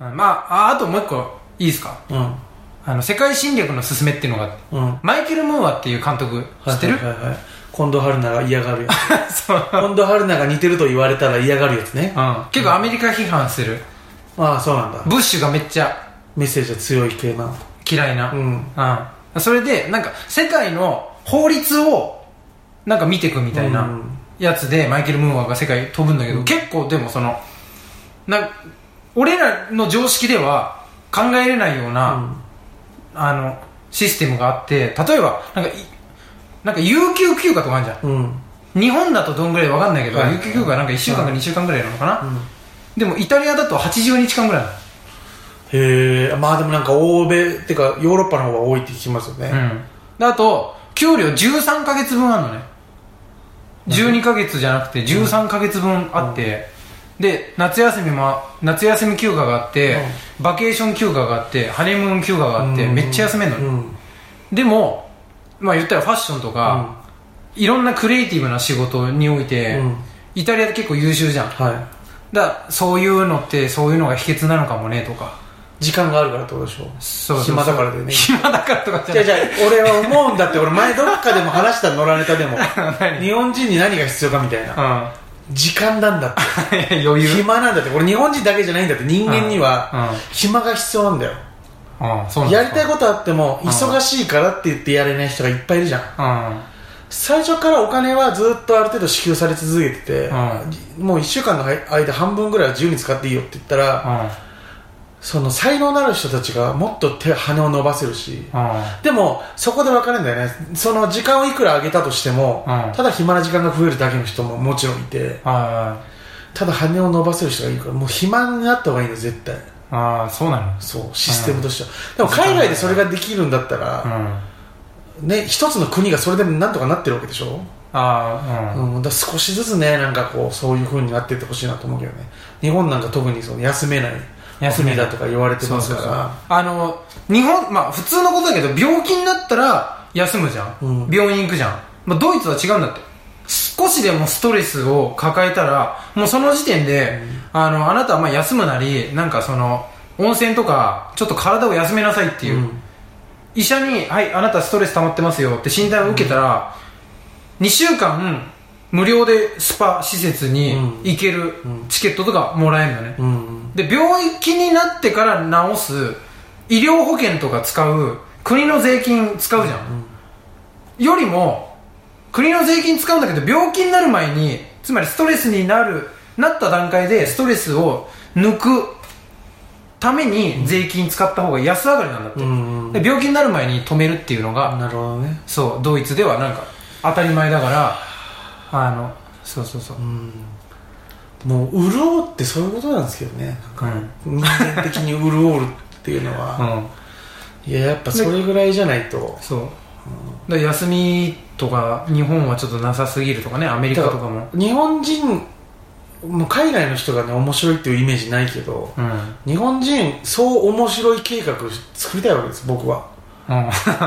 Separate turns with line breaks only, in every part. あああともう一個いいですか
うん
あの世界侵略の勧めっていうのがあって
うん
マイケル・ムーアっていう監督知ってる、
はいはいはい、近藤春菜が嫌 がるやつ
そう、
近藤春菜が似てると言われたら嫌がるやつね
うん、結構アメリカ批判する
ああそうなんだ
ブッシュがめっちゃ
メッセージは強い系な
嫌いな、
う
うん
ん
それでなんか世界の法律をなんか見ていくみたいうなんやつで、マイケル・ムーアが世界飛ぶんだけど、結構でもそのなん俺らの常識では考えれないような、あのシステムがあって例えばなんかいなんか有給休暇とかあるじゃん
うんうん
日本だとどんぐらいわかんないけど、
はい
有給休暇なんか1週間か2週間ぐらいなのかな、
うん
でもイタリアだと80日間ぐらい
へえまあでもなんか欧米ってかヨーロッパの方が多いって聞きますよね、
なの、うん、であと給料13ヶ月分あるのね12ヶ月じゃなくて13ヶ月分あって、で夏休みも夏休み休暇があって、バケーション休暇があってハネムーン休暇があって、めっちゃ休めんのね、
うん
でもまあ言ったらファッションとか、いろんなクリエイティブな仕事において、
うん
イタリアって結構優秀じゃんだか
は
らそういうのってそういうのが秘訣なのかもねとか
い時間があるからってことでしょ
そうそうそう
暇だからだよね
暇だからとかじ
じゃ
ゃ
あじ
な
ゃ
い
あ俺は思うんだって俺前どっかでも話した野良ネタでも日本人に何が必要かみたいな時間なんだって
うん 余裕
暇なんだって俺日本人だけじゃないんだって人間には
うん
暇が必要なんだよ
うんそうなんだ
やりたいことあっても忙しいからって言ってやれない人がいっぱいいるじゃん
うん
最初からお金はずっとある程度支給され続けてて
う
もう1週間の間半分ぐらいは自由に使っていいよって言った
う
ら
ん
その才能のある人たちがもっと手羽を伸ばせるし
うん
でもそこで分かるんだよねその時間をいくら上げたとしても、
うん
ただ暇な時間が増えるだけの人ももちろんいて
あ
ただ羽を伸ばせる人がいるからもう暇になった方がいいの絶対
ーあーそうなの
そうシステムとしては、でも海外でそれができるんだった
う
ら、
ん
ね一つの国がそれでなんとかなってるわけでしょ、
あーうん
うんだから少しずつねなんかこうそういう風になってってほしいなと思うけどね日本なんか特にその休めない
休
国
み
だとか言われてますから
あの日本まあ普通のことだけど病気になったら休むじゃん、
うん
病院行くじゃん、まあ、ドイツは違うんだって少しでもストレスを抱えたらもうその時点で、あのあなたはまあ休むなりなんかその温泉とかちょっと体を休めなさいっていう、
うん
医者に「はいあなたストレス溜まってますよ」って診断を受けたら、2週間無料でスパ施設に行けるチケットとかもらえるのね、
うん
で病気になってから治す医療保険とか使う国の税金使うじゃん、よりも国の税金使うんだけど病気になる前につまりストレスになるなった段階でストレスを抜くために税金使った方が安上がりなんだって、
うん
で病気になる前に止めるっていうのが、
なるほどね
そうドイツではなんか当たり前だからあのそうそうそう、
もう潤うってそういうことなんですけどね
うん
人間的に潤うっていうのは、
うん
いややっぱそれぐらいじゃないと
そう、だから休みとか日本はちょっとなさすぎるとかねアメリカとかも
日本人もう海外の人がね面白いっていうイメージないけど、
うん、うん、
日本人そう面白い計画作りたいわけです僕は、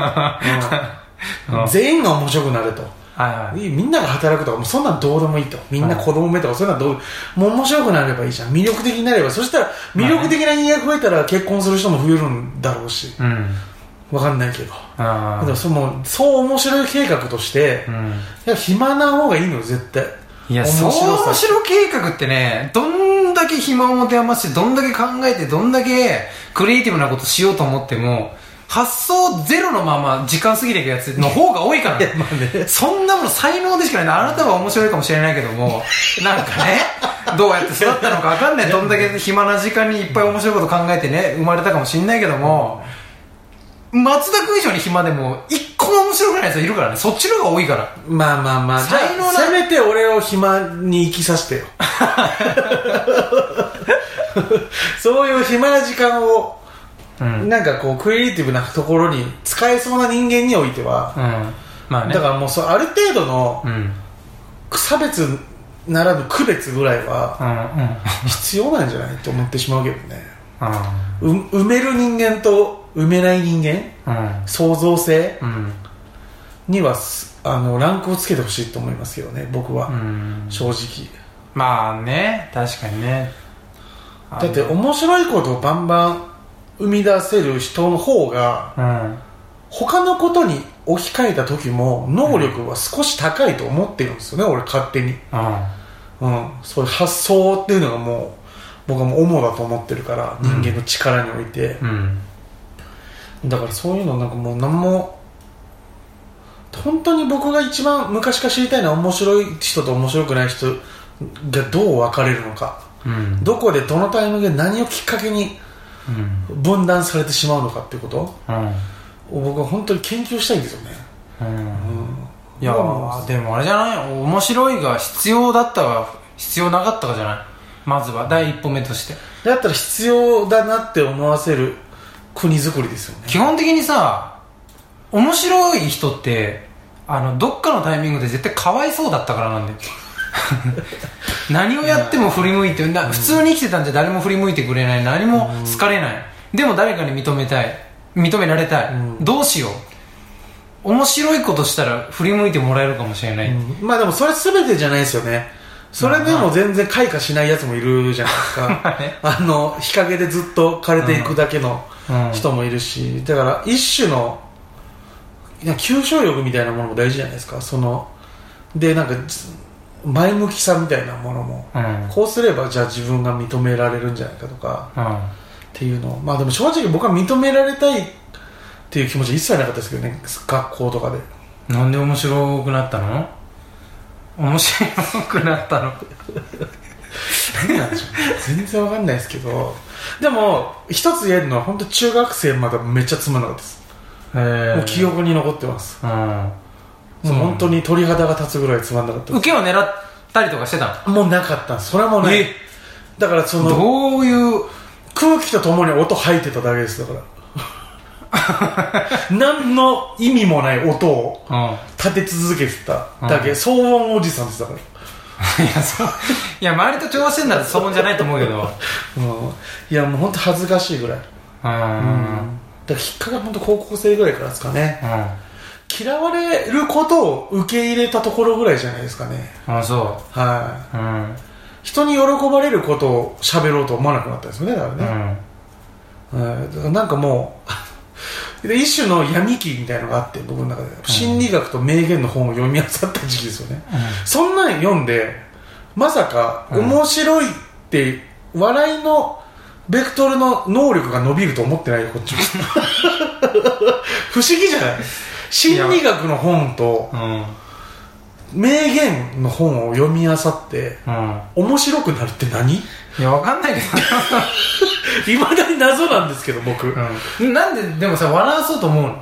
うんはい
全員が面白くなると
はい
みんなが働くとかもうそんなんどうでもいいとみんな子供目とかそういうのはどうもう面白くなればいいじゃん魅力的になればそしたら魅力的な人間が増えたら結婚する人も増えるんだろうし
うん
わかんないけど
あ
でも
あ
そのそう面白い計画として、
う
い
ん
や暇な方がいいのよ絶対
いや、
面
そう
白さ
面白計画ってね、どんだけ暇を持て余して、どんだけ考えて、どんだけクリエイティブなことしようと思っても、発想ゼロのまま時間過ぎていくやつの方が多い から、
まあね
そんなもの才能でしかないあなたは面白いかもしれないけど も、なんかね、どうやって育ったのかわかんない。どんだけ暇な時間にいっぱい面白いこと考えてね、生まれたかもしれないけども、松田君以上に暇でも、一個も面白くないやついるからね、そっちの方が多いから。
まあまあまあじゃ
才能
あ
な
せめて俺を暇に生きさせてよ そういう暇な時間を、
うん
なんかこうクリエイティブなところに使えそうな人間においては、
うん。まあね。
だからもうそうある程度の
うん。うん。うん。
差別ならぬ区別ぐらいは必要なんじゃないと思ってしまうけどね
う
う埋める人間と埋めない人間
ん。
創造性
うん。
にはすあのランクをつけてほしいと思いますけどね僕は、
うん。
正直
まあね、確かにね。あの
だって面白いことをバンバン生み出せる人の方が
うん
他のことに置き換えた時も能力は少し高いと思ってるんですよね、俺勝手に、
う
うん、そういう発想っていうのがもう僕はもう主だと思ってるから人間の力において、
んうん
だからそういうのなんかもう何も本当に僕が一番昔から知りたいのは面白い人と面白くない人がどう分かれるのか
うん
どこでどのタイミングで何をきっかけに
うん
分断されてしまうのかっていうことを
うん
僕は本当に研究したいんですよね、
うん
うん
いや
ま
ーでもあれじゃない面白いが必要だったか必要なかったかじゃないまずは第一歩目として
だったら必要だなって思わせる国づくりですよね
基本的にさ面白い人ってあのどっかのタイミングで絶対かわいそうだったからなんだよ 何をやっても振り向いてな普通に生きてたんじゃ誰も振り向いてくれない何も好かれない、でも誰かに認めたい認められたい、
うん
どうしよう面白いことしたら振り向いてもらえるかもしれない、
うんまあでもそれ全てじゃないですよねそれでも全然開花しないやつもいるじゃないで すかあの日陰でずっと枯れていくだけの
うん
人もいるし、だから一種のいや吸収力みたいなものも大事じゃないですかそのでなんかつ前向きさみたいなものも
うん
こうすればじゃあ自分が認められるんじゃないかとか
うん
っていうのをまあでも正直僕は認められたいっていう気持ちは一切なかったですけどね学校とかで
なんで面白くなったの面白くなったの
何なんでしょうね全然わかんないですけどでも一つ言えるのは本当中学生までめっちゃつまんなかったです、
え
もう記憶に残ってます
うん
もう本当に鳥肌が立つぐらいつまんなかったで
受けを狙ったりとかしてた
すもうなかったんですそれはもう
の
ねだからその
どういう
空気とともに音吐いてただけですだから 何の意味もない音を
うん
立て続けてただけ、
うん
騒音おじさんですだから
いやそういや周りと調和してんだら騒音じゃないと思うけど
うんいやもう本当恥ずかしいぐらい、
う
うん
ん
だから引っかかる本当高校生ぐらいからですかね
う
嫌われることを受け入れたところぐらいじゃないですかね
んあそ
は
ううん
い人に喜ばれることを喋ろうと思わなくなったんですよねだから
う
ね、
ん
はいだからなんかもう で一種の闇期みたいのがあって僕の中で心理学と名言の本を読み漁った時期ですよね、そんなん読んでまさか
うん
面白いって笑いのベクトルの能力が伸びると思ってないよこっちも不思議じゃない心理学の本と
うん
名言の本を読み漁って
うん
面白くなるって何
いやわかんないけ
いまだに謎なんですけど僕、
ど、うん、なんででもさ笑わそうと思うの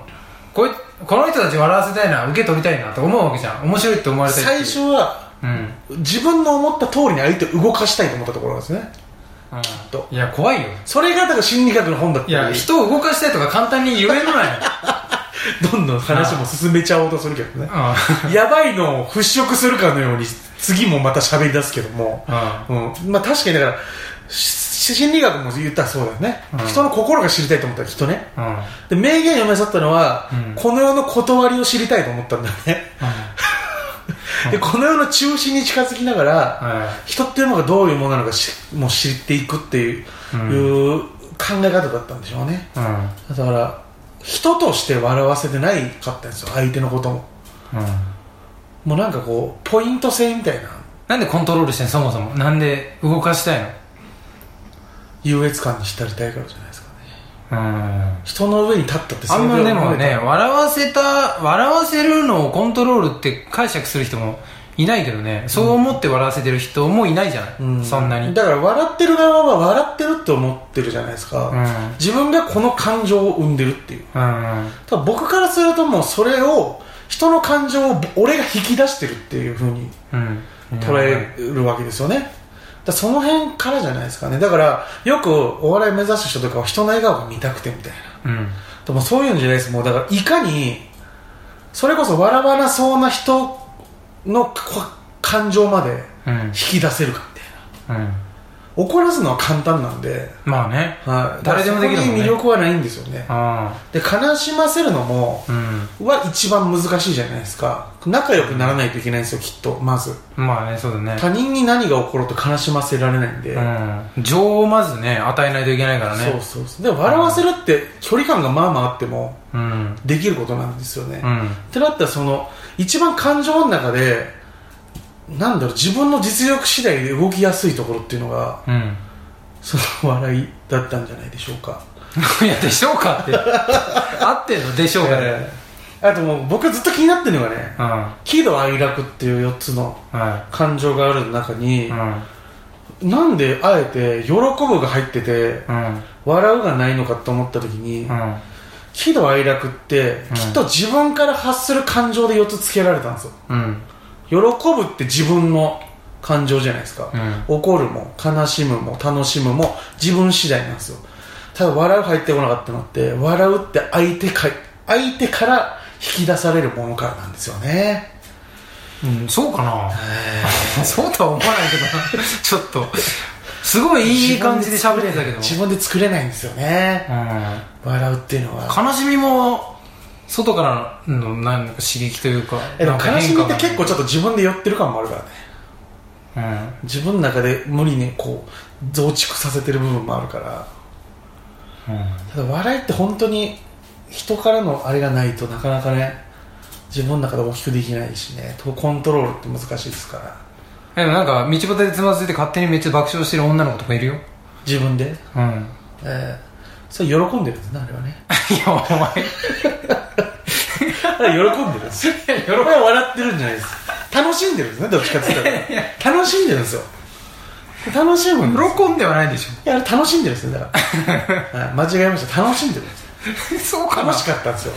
こいこの人たち笑わせたいな受け取りたいなと思うわけじゃん面白いって思われたいってい
最
う
初は
うん
自分の思った通りに相手を動かしたいと思ったところなんですねと
いや怖いよ
それがだから心理学の本だった
い
り
や人を動かしたいとか簡単に言えるのない
どんどん話も進めちゃおうとするけどね
う
やばいのを払拭するかのように次もまた喋り出すけども、
ん
うんまあ、確かにだからし心理学も言ったらそうだよね、
うん
人の心が知りたいと思ったら人ね
うん
で名言読め去ったのは、
うん
この世の断りを知りたいと思ったんだよね、
うん
でこの世の中心に近づきながら、人っていうのがどういうものなのかしもう知っていくっていう,、
うん
いう考え方だったんでしょうね
うん
だから人として笑わせてないかったんですよ相手のことも
うん
もうなんかこうポイント制みたいな
なんでコントロールしてんのそもそもなんで動かしたいの
優越感に浸りたいからじゃないですかね
うん
人の上に立ったって
あんま
れ
り
ぐら
で
い
もね笑わせた笑わせるのをコントロールって解釈する人もいないけどねそう思って笑わせてる人もいないじゃない、
うん
そんなに
だから笑ってる側は笑ってるって思ってるじゃないですか、
うん
自分がこの感情を生んでるっていう
うん
ただ僕からするともうそれを人の感情を俺が引き出してるっていう風に
うん
捉えるわけですよね、だからその辺からじゃないですかねだからよくお笑い目指す人とかは人の笑顔が見たくてみたいな
うん
でもそういうんじゃないですもうだからいかにそれこそ笑わなそうな人のこ感情まで
うん
引き出せるかみたいな
うん
怒らすのは簡単なんで、
まあね
はい、
誰でもできるもんね
だからそこに魅力はないんですよね
あ
で悲しませるのも
あうん
は一番難しいじゃないですか仲良くならないといけないんですよきっとまず
まあねそうだね
他人に何が起ころうと悲しませられないんで、
うん情をまずね与えないといけないからね
そうそうそうで笑わせるって距離感がまあまああっても
うん
できることなんですよね、
う
っ
ん
てなったらその一番感情の中でなんだろう自分の実力次第で動きやすいところっていうのが
うん
その笑いだったんじゃないでしょうか
いやでしょうかって合ってんのでしょうかね
えーあともう僕ずっと気になってるのがね
うん
喜怒哀楽っていう4つの
は
感情がある中
い
に
う、ん
なんであえて喜ぶが入ってて
うん
笑うがないのかと思った時に、
うん
喜怒哀楽って
うん
きっと自分から発する感情で4つつけられたんですよ
うん
喜ぶって自分の感情じゃないですか、
うん
怒るも悲しむも楽しむも自分次第なんですよただ笑う入ってこなかったのって笑うって相手か相手から引き出されるものからなんですよね
うんそうかな そうとは思わないけどな ちょっとすごいいい感じで喋れてたけど
自分で作れないんですよね
うん
笑うっていうのは
悲しみも外からのなんか刺激というか
えでも
なんか
悲し
変
み
化
っ
が
て結構ちょっと自分で寄ってる感もあるからね
うん
自分の中で無理にこう増築させてる部分もあるからただ笑いって本当に人からのあれがないとなかなかね自分の中で大きくできないしねとコントロールって難しいですから
でもなんか道端でつまずいて勝手にめっちゃ爆笑してる女の子とかいるよ
自分で、
うん
えー、それ喜んでるんですねあれはね
いやお前
あれ喜んでるんですよ喜びは笑ってるんじゃないです楽しんでるんですねどっちかって言ったら楽しんでるんですよ楽しむんですよ
喜んではないでし
いやあれ楽しんでるんですねだ からはい間違えました楽しんでるんです
ょそうかな
楽しかったんですよ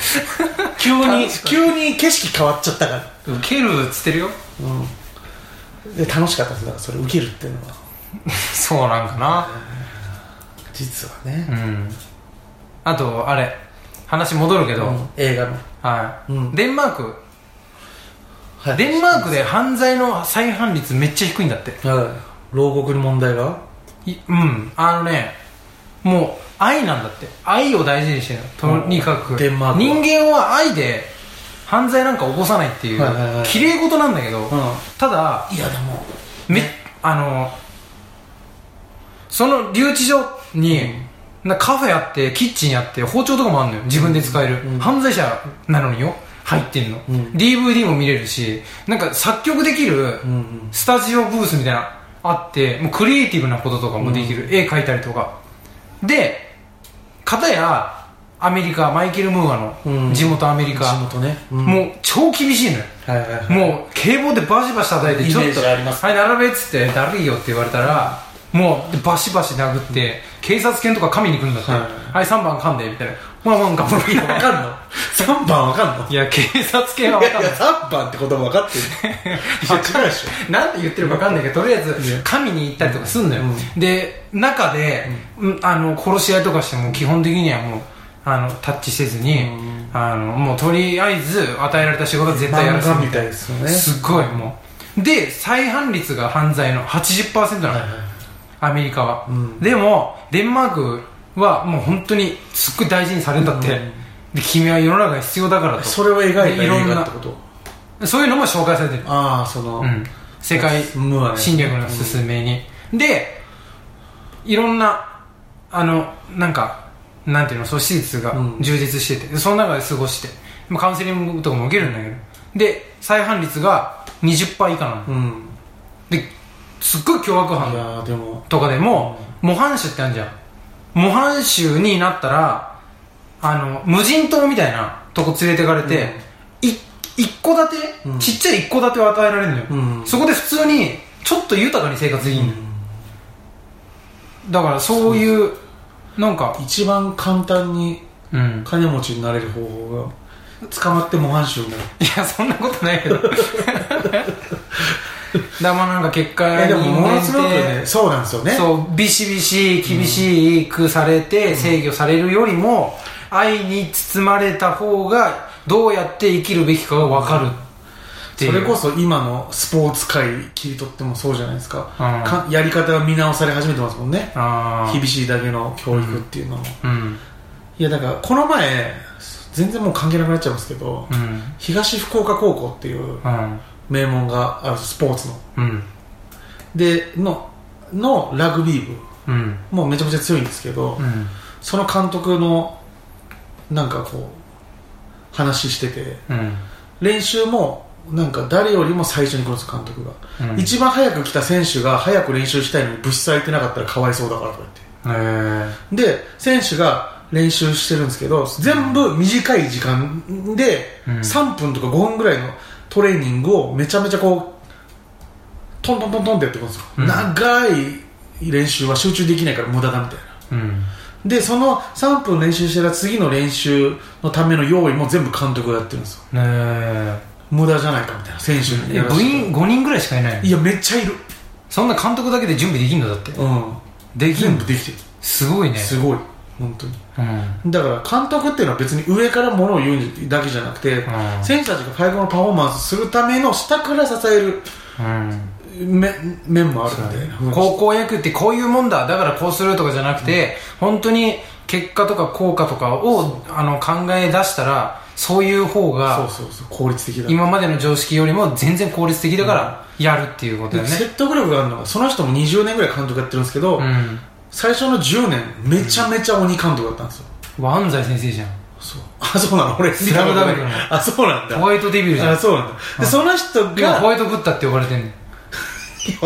急に急に景色変わっちゃったから、
ウケるっつってるよ
うん、で楽しかったですだからそれ受けるっていうのは
そうなんかな
実はね、
うんあとあれ話戻るけど、
うん映画の、
はい、
うん
デンマーク
はい
デンマークで犯罪の再犯率めっちゃ低いんだって
はい牢獄の問題が
いうんあのねもう愛なんだって愛を大事にしてるのとにか
う
く
んデンマークは
人間は愛で犯罪なんか起こさないっていう
はいはいはい
綺麗事なんだけど、
ん
ただ
いやでも
めあのその留置所に、なカフェあってキッチンあって包丁とかもあるのよ自分で使える、
うん
犯罪者なのによ入ってんの、
うん
DVD も見れるしなんか作曲できる
うんうん
スタジオブースみたいなのあってもうクリエイティブなこととかもできる、絵描いたりとかで片やアメリカマイケル・ムーア
うん
の地元アメリ
地
カ、
元ね、うん
もう超厳しいのよ
はいはい はい
もう警棒でバシバシ叩いて
イ
ちょっ
メー
と
ジあります
はい並べっつってだるいよって言われたらもうバシバシ殴って警察犬とか噛みに来るんだって
はい
はい3番噛んでみたいなワンワン噛む
いやわかん の3番わかんの
いや警察犬は分かんない
3番って言葉分かってるいや違うでしょ
なんて言ってるか分かんないけどとりあえず神に行ったりとかすんのよ、
う
で中で、うんあの殺し合いとかしても基本的にはもうあのタッチせずに、
うん
あのもうとりあえず与えられた仕事は絶対やら
漫
せる
画みたいですよね
すっごいもうで再犯率が犯罪の80%なの、
はいはい
アメリカは、
うん
でもデンマークはもう本当にすっごい大事にされるんだって、
うん
で君は世の中に必要だからと
それを描いた
で
映
いろん
画
な
ってこと
そういうのも紹介されてる
ああその、
うん、世界
無はね
侵略の進めに、でいろんなあのなんかなんていうのそう施設が
うん
充実してて、その中で過ごしてまあカウンセリングとかも受けるんだけどで再犯率が20%以下なの、
うん
ですっごい凶悪
い
犯
やーでも
とかでも、模範囚ってあるじゃん模範囚になったらあの無人島みたいなとこ連れてかれて、い一戸建て、
うん
ちっちゃい一戸建てを与えられるのよ、
うん
そこで普通にちょっと豊かに生活できるのよ、だからそういうなんか
一番簡単に
うん
金持ちになれる方法が捕まって模範囚になる
いやそんなことない けどだからまあなんか結果
えでも
人間
ものすごく
って
ねそうなんですよね
そうビシビシ厳しくされて制御されるよりも、愛に包まれた方がどうやって生きるべきかが分かる、ってい
そうれこそ今のスポーツ界切り取ってもそうじゃないですか,、
うん
かやり方が見直され始めてますもんね
ああ
厳しいだけの教育っていうのは、
うん
いやだからこの前全然もう関係なくなっちゃいますけど、
うん
東福岡高校っていう
うん
名門があるスポーツの
うん
でののラグビー部
うん
もうめちゃめちゃ強いんですけど、
うん
その監督のなんかこう話してて
うん
練習もなんか誰よりも最初に来るんです監督が、
うん
一番早く来た選手が早く練習したいのに物質空いてなかったらかわいそうだからとか
えー
言ってで選手が練習してるんですけど全部短い時間で
うん
3分とか5分ぐらいのトレーニングをめちゃめちゃこうトントントントンってやってくるんですよ、
うん
長い練習は集中できないから無駄だみたいな
うん
でその3分練習したら次の練習のための用意も全部監督がやってるんですよ
ねえ
無駄じゃないかみたいな選手に
え
やらせ
部
て
員5人ぐらいしかいないの
いやめっちゃいる
そんな監督だけで準備できんのだって
うん
でき
全
ん
部できてる
すごいね
すごい本当に
うん
だから監督っていうのは別に上からものを言うだけじゃなくて、
ん
選手たちが最後のパフォーマンスするための下から支える
うん
め面もあるみたいな、
高校野球ってこういうもんだだからこうするとかじゃなくて、本当に結果とか効果とかをあの考え出したらそういう方が
そうそうそう効率的だ
今までの常識よりも全然効率的だからやるっていうことだよね、
説得力があるのがその人も20年ぐらい監督やってるんですけど、
うん
最初の10年めちゃめちゃ鬼監督だったんですよ、
安西先生じゃん
そうあそうなの俺
スラムダンクの
あそうなん
ホ
だ
ワイトデビルじゃ
あ
ん
そうなんだでその人がい
今
や
ホワイトブッダって呼ばれてんの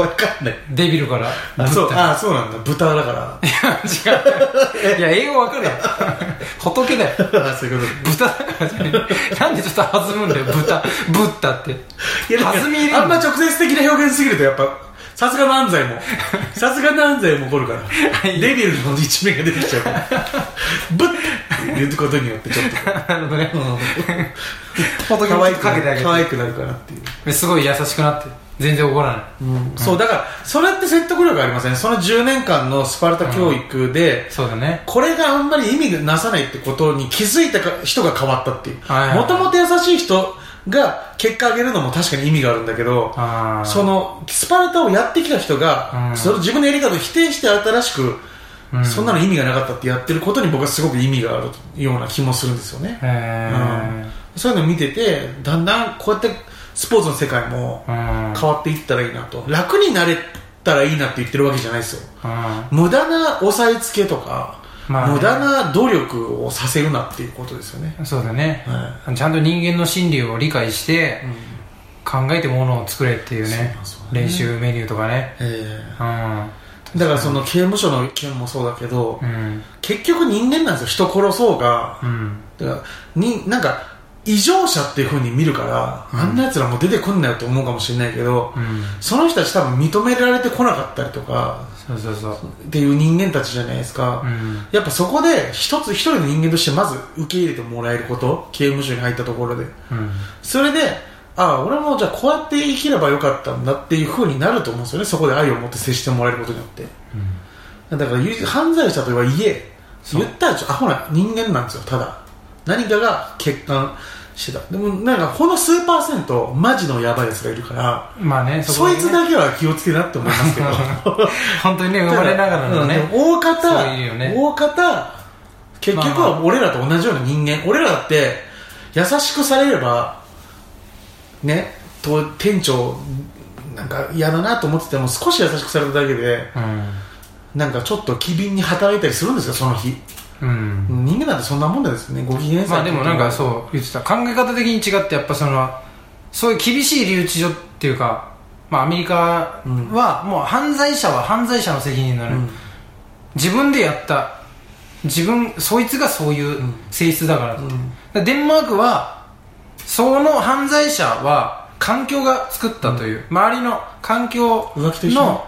わかんない
デビルからブ
あそう
ッ
あ
ダ
そうなんだ豚だか
違ういや英語わかるやん 仏だよ
らあそういうこ
豚だからじゃないなんでちょっと弾むんだよ豚ブッダって
といやだから
弾み入れんの
あんま直接的な表現すぎるとやっぱさすがの安西 もさすがの安西も怒るからデビルの一面が出てきちゃうからブッって言うことによってちょっ
なるほどね
と、うん、
仏
可愛く
かけてあげて
可愛くなるかなっていう
すごい優しくなって全然怒らない
そうだからそれって説得力ありません、その10年間のスパルタ教育で、
そうだね
これがあんまり意味がなさないってことに気づいたか人が変わったっていう
はいはい
もともと優しい人が結果上げるのも確かに意味があるんだけど
あ
そのスパルタをやってきた人が、
うん
その自分のやり方を否定して新しく、
うん
そんなの意味がなかったってやってることに僕はすごく意味があるような気もするんですよね、
へえ
そういうのを見ててだんだんこうやってスポーツの世界も
うん
変わっていったらいいなと楽になれたらいいなって言ってるわけじゃないですよ
うん
無駄な押さえつけとか、
まあね
無駄な努力をさせるなっていうことですよね、
そうだね
は
ちゃんと人間の心理を理解して
うん
考えてものを作れっていう
そう
ね
なんですよね
練習メニューとかね
え
うん
ーだからその刑務所の件もそうだけど、
うん
結局人間なんですよ人殺そうが
うん
だからになんか異常者っていうふうに見るから、あんなやつらもう出てこんなよと思うかもしれないけど、
うん
その人たち多分認められてこなかったりとか
そうそうそう
っていう人間たちじゃないですか、
うん
やっぱそこで一つ一人の人間としてまず受け入れてもらえること刑務所に入ったところで
うん
それでああ俺もじゃあこうやって生きればよかったんだっていう風になると思うんですよねそこで愛を持って接してもらえることによってだからゆ犯罪者とは言え
そう
言ったらちょアホな人間なんですよただ何かが欠陥してたでもなんかほの数パーセントマジのヤバいやつがいるから
まあねこ
そ
に
い
ね
つだけは気をつけなって思いますけど
本当にね生まれながらの
うん
ね
でも大
そう
方、
いうよね
大方、結局
まあま
は俺らと同じような人間、俺らだって、優しくされれば、ね、と店長、なんか嫌だなと思ってても、少し優しくされただけで、
うん
なんかちょっと機敏に働いたりするんですよ、その日。
うん
人間なんてそんなもんだですね、ご機嫌さ
まあでもなんか
う。
そう言ってた考え方的に違ってやっぱそのそういう厳しい留置所っていうか、まあ、アメリカはもう犯罪者は犯罪者の責任にな
う
る、
ん
自分でやった自分そいつがそういう性質だからって、
うん
だからデンマークはその犯罪者は環境が作ったという、周りの環境
浮気と一緒
の、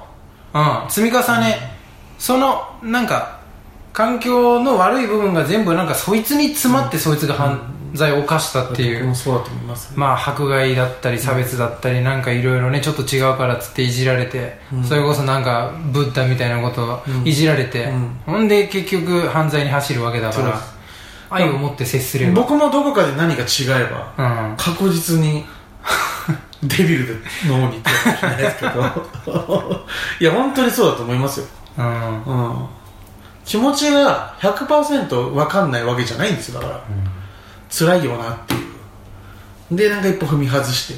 うん、積み重ね、そのなんか環境の悪い部分が全部なんかそいつに詰まってそいつが犯罪を犯したっていう、
僕もそうだと思います、ね。
まあ迫害だったり差別だったりなんかいろいろねちょっと違うからっつっていじられて、
うん
それこそなんかブッダみたいなことを
うん
いじられて、
うん
ほんで結局犯罪に走るわけだか
そう
ら
です
愛を持って接すれば
僕もどこかで何か違えば、
うん
確実に デビルで脳に行ってるかもしれないですけどいや本当にそうだと思いますよ、
うん
うん、気持ちが100%分かんないわけじゃないんですよだから辛いよなっていうでなんか一歩踏み外してっ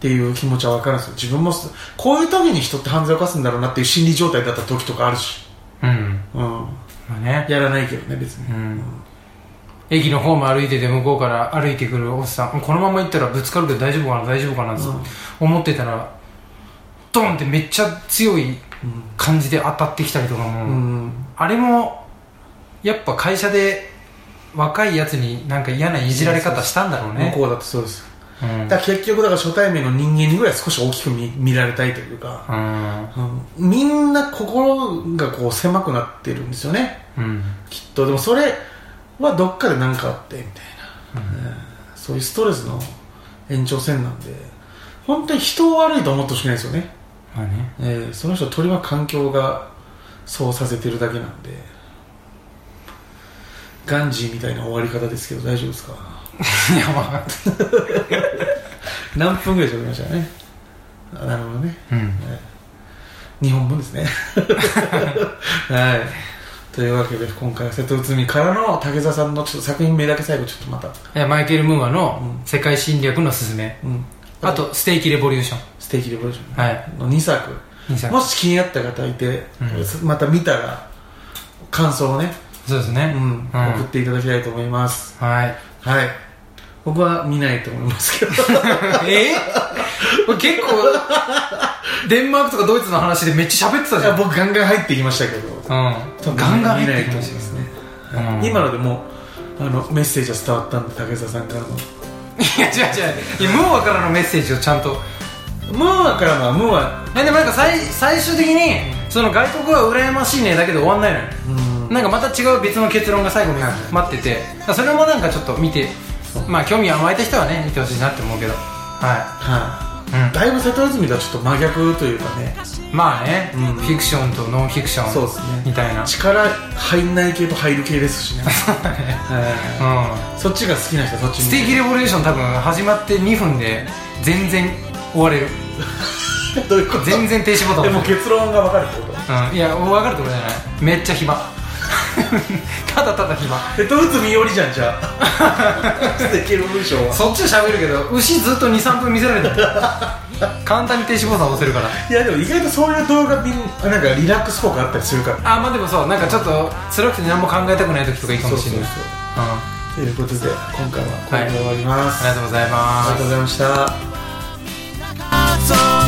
ていう気持ちは分かるんですよ自分もすこういう時に人って犯罪を犯すんだろうなっていう心理状態だった時とかあるし、
うん
うん、
まあね
やらないけどね別に、
うん駅のホーム歩いてて向こうから歩いてくるおっさんこのまま行ったらぶつかるけど大丈夫かな大丈夫かなって思ってたらドンってめっちゃ強い感じで当たってきたりとか
う
も、
んうん
あれもやっぱ会社で若いやつになんか嫌ないじられ方したんだろうね
向こうだってそうです
うん
だから結局だから初対面の人間にぐらい少し大きく見見られたいというか、
うん
うんみんな心がこう狭くなってるんですよね
うん
きっとでもそれはどっかで何かあってみたいな、うんそういうストレスの延長線なんで本当に人を悪いと思ってほしくないですよね、
まあね
えーその人を取り巻く環境がそうさせてるだけなんでガンジーみたいな終わり方ですけど大丈夫ですか
いやまあ
何分ぐらい喋りましたかねあなるほどね
うん
日本文です ねはいというわけで今回は瀬戸内海からの竹澤さんのちょっと作品名だけ最後ちょっとまた、
いやマイケル・ムーアの
う
「世界侵略のすすめ
うん」
あと「ステーキ・レボリューション
ステーキレボリューシ」ョ
はい
ンの2作
2作
もし気になった方いて、
う
また見たら感想をね、
そうです
う
ね
ん送っていただきたいと思います
はい
はい僕は見ないと思いますけど
え 俺結構デンマークとかドイツの話でめっちゃ喋ってた
い
じゃ
や
ん
僕ガンガン入っていきましたけど
うんガンガン
見
入
な
っ
い
てきま
と思いま
した
すね、
うん
今のでもうあのメッセージは伝わったんで竹澤さんからの
いや違う違ういやムーアからのメッセージをちゃんと
ムーアからはムーア
えでもなんか最最終的にその外国は羨ましいねだけど終わんないのよ
うん
なんかまた違う別の結論が最後に待っててだからそれもなんかちょっと見てまあ興味が湧いた人はね見てほしいなって思うけどは、
はい
う
い、だいぶ瀬戸内海とはちょっと真逆というかね
ん、まあね、
うん
フィクションとノンフィクション
そうですね
みたいな
力入んない系と入る系ですしね、は
う
い、そっちが好きな人はそっち
んステー
に
キレボリューション多分始まって2分で全然終われる
どういうこと
全然停止ボタン
で
押せ
も
る
結論が分かるってこと
うん、いや分かるってことじゃないめっちゃ暇 ただただ暇
瀬戸内海よりじゃんじ ゃあステーキロールションは
そっちで喋るけど牛ずっと23分見せられてる簡単に停止ボタン押せるから
いやでも意外とそういう動画みんなんかリラックス効果あったりするから
あまあでもそうなんかちょっと辛くて何も考えたくない時とかいいかもしれない
そうそうそう
うんあ
ということで今回はこれで終わりま
り
す、
がとうござい
あり
ま
がとうございました
「そう